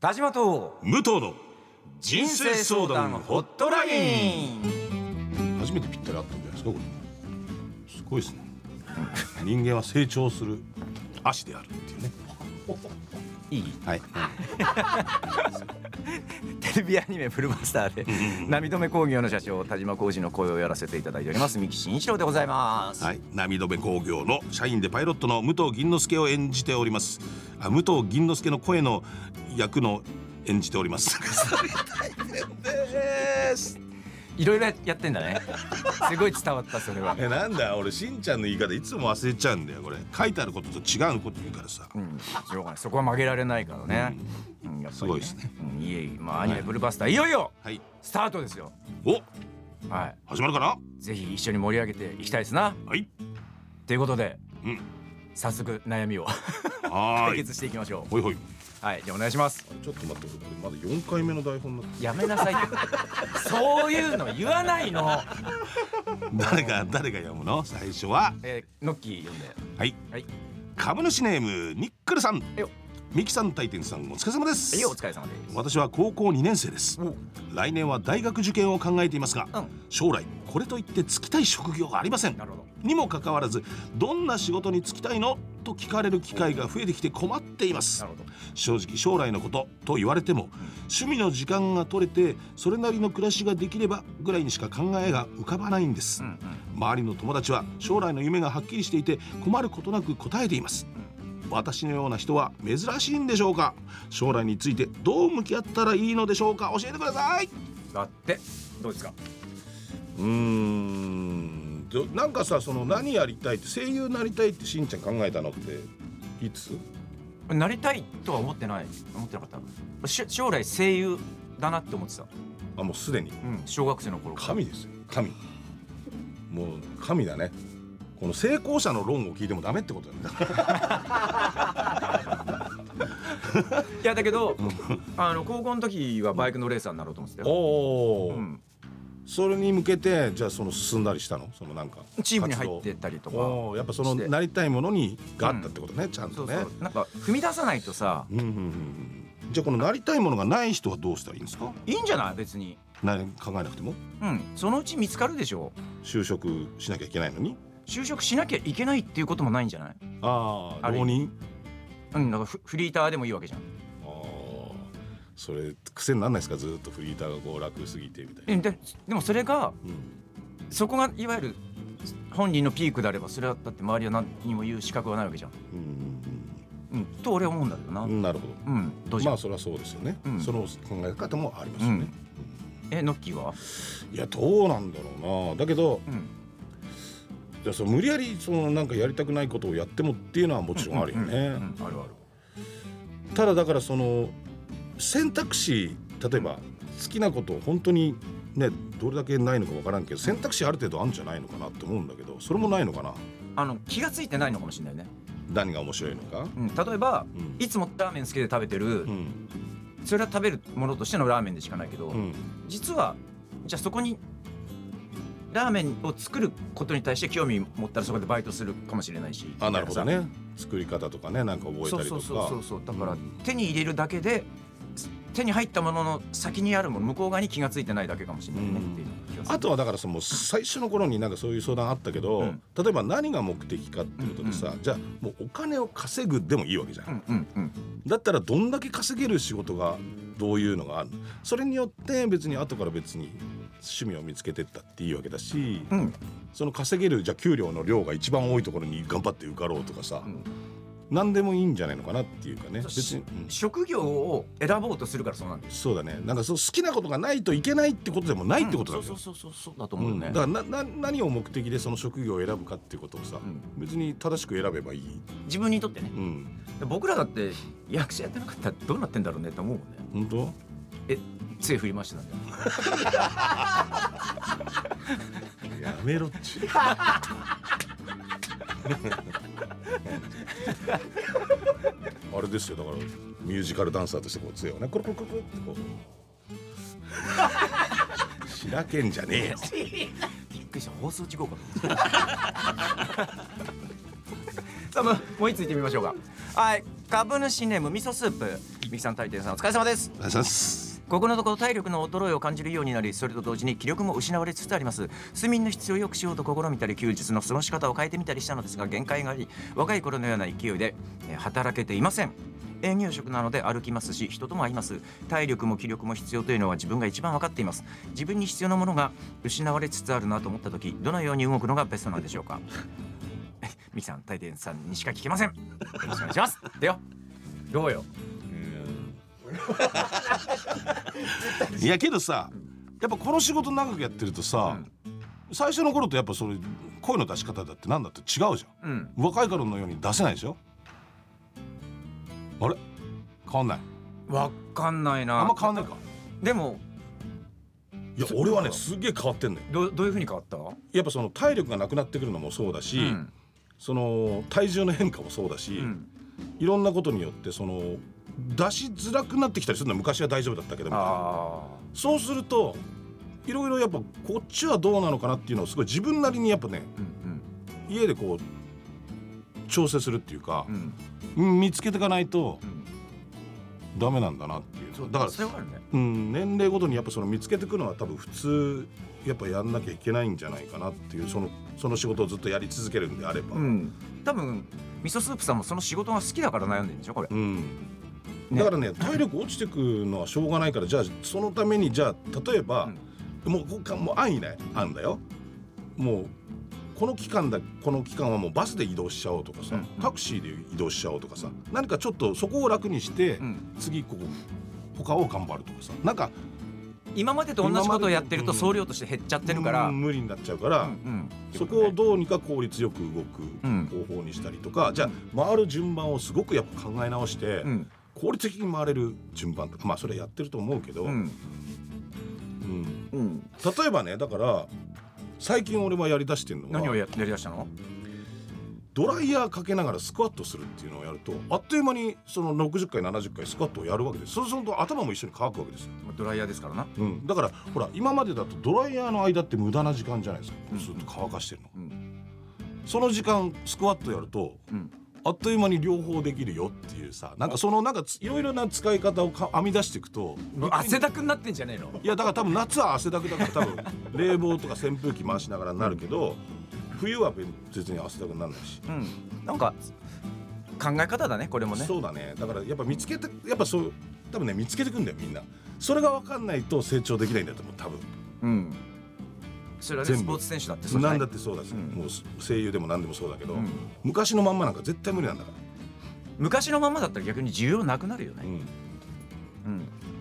田島と武藤の人人生生相相談談ホホッットトラライインン初めてぴったり合ったんじゃないですかこれすごいですね人間は成長する足であるっていうねいいはいテレビアニメ「フルマスター」で波止め工業の社長田島浩二の声をやらせていただいております三木慎一郎でございます、はい、波止め工業の社員でパイロットの武藤銀之助を演じております。あ、武藤銀之助の声の役の演じております。いろいろやってんだねすごい伝わったそれは え、なんだ、俺しんちゃんの言い方いつも忘れちゃうんだよ。これ書いてあることと違うこと言うからさ。うん、しょうがないそこは曲げられないからね、うんやっぱりすごいですね、うんいえいえまあアニメ「ブルーバスター」いよいよはい、スタートですよお、は始まるかな。いぜひ一緒に盛り上げていきたいですなはい、ということでうん、早速悩みをは解ーい。決していきましょほいほい。うはいじゃあお願いしますちょっと待って、これまだ四回目の台本なやめなさいよそういうの言わないの、誰が、誰が読むの、最初は。えー、ノッキー読んではい、はい株主ネームニックルさんえよ。ミキさん、大天さん、お疲れ様です。はいお疲れ様です私は高校2年生ですお来年は大学受験を考えていますが、うん将来これといって就きたい職業がありませんなるほどにもかかわらずどんな仕事に就きたいのと聞かれる機会が増えてきて困っていますなるほど正直将来のことと言われても趣味の時間が取れてそれなりの暮らしができればぐらいにしか考えが浮かばないんです、うんうん周りの友達は将来の夢がはっきりしていて困ることなく答えています私のような人は珍しいんでしょうか将来についてどう向き合ったらいいのでしょうか教えてくださいだってどうですかうーんどなんかさその何やりたいって声優になりたいってしんちゃん考えたのっていつなりたいとは思ってない思ってなかったし将来声優だなって思ってた、あもうすでにうん、小学生の頃から神ですよ神もう神だねこの成功者の論を聞いてもダメってことだねいやだけどあの高校の時はバイクのレーサーになろうと思ってたよ、おおうん、それに向けてじゃあその進んだりしたのそのなんかチームに入っ活てたりと動かおーやっぱそのしてなりたいものにがあったってことね、ちゃんそとうねそうなんか踏み出さないとさうんうんうんうんじゃあこのなりたいものがない人はどうしたらいいんですかいいんじゃない別にな考えなくてもうんそのうち見つかるでしょ就職しなきゃいけないのに就職しなきゃいけないっていうこともないんじゃないああある意浪味人うんなんかフフリーターでもいいわけじゃんあーそれ癖になんないですかずーっとフリーターがこう楽すぎてみたいえな、ででもそれがうんそこがいわゆる本人のピークであればそれはだって周りは何にも言う資格はないわけじゃん、うんうん、と俺は思うんだけどなううんん、うん、なるほどうどじゃん、まあそれはそうですよね、うんその考え方もありますよね、えノッキーはいやどうなんだろうなだけどうんじゃあその無理やりそのなんかやりたくないことをやってもっていうのはもちろんあるよね、うんうんうんあるあるただだからその選択肢例えば好きなことを本当にねどれだけないのかわからんけど選択肢ある程度あるんじゃないのかなって思うんだけどそれもないのかなあの気がついてないのかもしれないね、何が面白いのか、うん、例えばうんいつもラーメン好きで食べてる、うんそれは食べるものとしてのラーメンでしかないけど、うん、実はじゃあそこにラーメンを作ることに対して興味持ったらそこでバイトするかもしれないしあなるほどみね作り方とかねなんかたいな覚さえたそうりそとうそうそうかそうだから、うん手に入れるだけで手に入ったものの先にあるもの向こう側に気がついてないだけかもしれないねっていう気がするあとはだからその最初の頃になんかそういう相談あったけど、うん例えば何が目的かっていうことでさ、じゃあもうお金を稼ぐでもいいわけじゃん、うんうんうんだったらどんだけ稼げる仕事がどういうのがあるのそれによって別に後から別に趣味を見つけてったっていいわけだし、うんその稼げるじゃあ給料の量が一番多いところに頑張って受かろうとかさ、うん何でもいいんじゃないのかなっていうかねそう別に、うん職業を選ぼうとするからそうなんだよそうだねなんかそう好きなことがないといけないってことでもないってことだうよ、んねそうそうそうそうだとう思うよんね、だからなな何を目的でその職業を選ぶかっていうことをさ、うん別に正しく選べばいい、自分にとってねうん、僕らだって役者やってなかったらどうなってんだろうねって思うもんね本当え杖振りましてたんだよやめろっちゅ うあれですよだからミュージカルダンサーとしてこう杖をねコロコロコロコロってこう しらけんじゃねえよびっくりした放送事故かと思ったさあもうもう一ついってみましょうかはい株主ネーム味噌スープ三木さん大天さんお疲れ様ですありがとうございますここのところ体力の衰えを感じるようになりそれと同時に気力も失われつつあります睡眠の質を良くしようと試みたり休日の過ごし方を変えてみたりしたのですが限界があり若い頃のような勢いでえー働けていません営業職なので歩きますし人とも会います体力も気力も必要というのは自分が一番分かっています自分に必要なものが失われつつあるなと思った時どのように動くのがベストなんでしょうか ミキさん大天さんにしか聞けませんよろしくお願いしますでよどうよいやけどさやっぱこの仕事長くやってるとさ、最初の頃とやっぱそれ声の出し方だってなんだって違うじゃんうん若い頃のように出せないでしょあれ変わんないわかんないなあんま変わんないかでもいや俺はねすげえ変わってんのよどどういうふうに変わった、やっぱその体力がなくなってくるのもそうだし、うんその体重の変化もそうだし、うんいろんなことによってその出しづらくなってきたりするのは昔は大丈夫だったけどみたいなあそうするといろいろやっぱこっちはどうなのかなっていうのをすごい自分なりにやっぱねーうん家でこう調整するっていうかう、んうん見つけていかないとうんダメなんだなっていうだからそれはあるねうん、年齢ごとにやっぱその見つけてくのは多分普通やっぱやんなきゃいけないんじゃないかなっていうそのその仕事をずっとやり続けるんであれば、うん多分味噌スープさんもその仕事が好きだから悩んでるんでしょこれうんだからね体力落ちてくのはしょうがないからじゃあそのためにじゃあ例えば、もうここもう安易な案だよもうこの期間だこの期間はもうバスで移動しちゃおうとかさ、うんタクシーで移動しちゃおうとかさ何かちょっとそこを楽にして、うん次ここ他を頑張るとかさなんか今までと同じことをやってる今とまで総量として減っちゃってるから、ううんん無理になっちゃうから。うんそこをどうにか効率よく動うんく方法にしたりとか、じゃあ回る順番をすごくやっぱ考え直して、うん効率的に回れる順番とかまあそれやってると思うけど、うんうんうん例えばねだから最近俺はやりだしてるの何をはややりだしたのドライヤーかけながらスクワットするっていうのをやるとあっという間にその60回70回スクワットをやるわけですそうすると頭も一緒に乾くわけですよ、ドライヤーですからな、うん、だからほら今までだとドライヤーの間って無駄な時間じゃないですかうんずっと乾かしてるのうんその時間スクワットやるとうん、あっという間に両方できるよっていうさなんかそのなんかついろいろな使い方をか編み出していくと汗だくになってんじゃねえのいやだから多分夏は汗だくだから多分冷房とか扇風機回しながらになるけど冬は別に汗だくにならないし、うんなんか考え方だねこれもねそうだねだからやっぱ見つけてやっぱそう多分ね見つけてくんだよみんなそれが分かんないと成長できないんだと思う多分うんそれはね全部スポーツ選手だってそうじゃなないんだってそうだし、うんもう声優でも何でもそうだけど、うん昔のまんまなんか絶対無理なんだか昔のままだったら逆に需要なくなるよら、うね。ん、うん。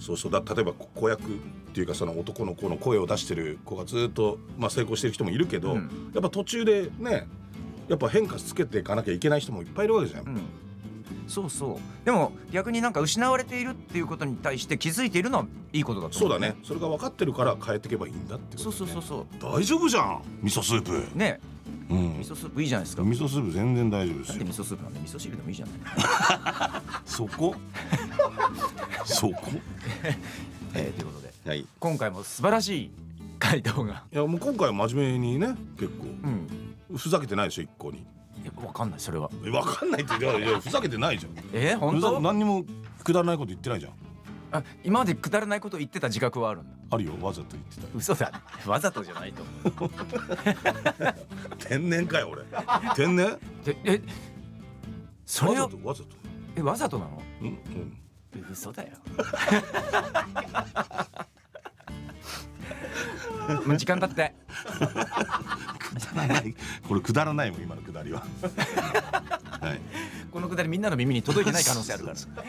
そうそうだ例えばこ子役っていうかその男の子の声を出してる子がずっと、まあ、成功してる人もいるけど、うんやっぱ途中でねやっぱ変化つけていかなきゃいけない人もいっぱいいるわけじゃん、うん。そうそう。でも逆になんか失われているっていうことに対して気づいているのはいいことだとそう思う。だね。それが分かってるから変えていけばいいんだってこと、ね、そうそうそうそ大丈夫じゃん味噌スープう。ね、うん味噌スープいいじゃないですか。味噌スープ全然大丈夫でなすんでよ味噌スープなんで味噌汁でもいいじゃない。そ こそこえーということではいい今回も素晴らしい回答が。やもう今回は真面目にね結うん。構ふざけてないでしょ一個にえわかんないそれは。え分かんないって言っていやふざけてないじゃんえー、本ふざ当？何にもくだらないこと言ってないじゃんあ今までくだらないことを言ってた自覚はあるんだ。あるよわざと言ってた嘘だ。わざとじゃないと思う。天然かよ俺 天然でえそわれざをとわざとえわざとなの？うんうん嘘だよ。 もう時間だって。くだらないこれくだらないもん今のくだり ははいこのくだりみんなの耳に届いてない可能性あるから。 そカ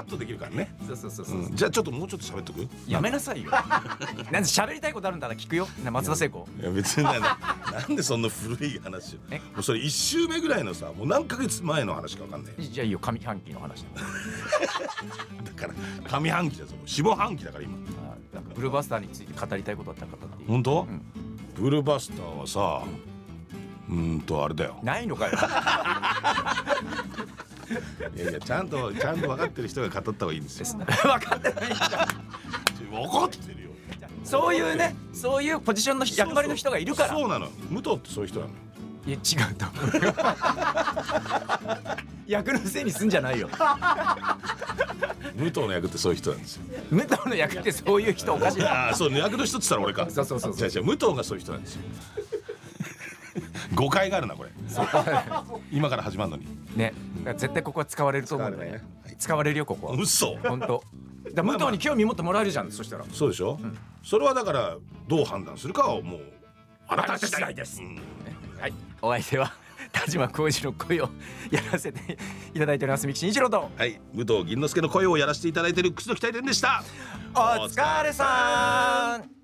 ットできるからね、うそうそうそうう。ん、じゃあちょっともうちょっと喋っとくや めなさいよ。なんで喋りたいことあるんだら聞くよ。な松田聖子。いや別 にななんでそんな古い話をえもうそれ1周目ぐらいのさもう何ヶ月前の話か分かんないよじゃあいいよ上半期の 話だ。だから上半期だぞ下半期だから今あなんかブルーバスターについて語りたいことあったら語っていい本当、うんブルーバスターはさうーんとあれだよないのか よ。いやいやちゃんとちゃんと分かってる人が語った方がいいんですよ分かってないんだ。分かってるよそういうね、そういうポジションの人役割の人がいるから。そうなの武藤ってそういう人なのよいや違うと 思うよ役のせいにすんじゃないよ武藤の役ってそういう人なんですよ武藤の役ってそういう人おかしいなああそう役の人っつったら俺かそうそうそうそう違う違う武藤がそういう人なんですよ誤解があるなこれ今から始まるのにねだから絶対ここは使われると思うんだよね使われるよここは嘘本当だから武藤に興味持ってもらえるじゃんそしたらそうでしょ、それはだからどう判断するかはもうあなた次第です、うんはいお相手は田島浩二の声をやらせていただいております三木慎一郎とはい武藤銀之助の声をやらせていただいている楠木大天でしたお疲れさん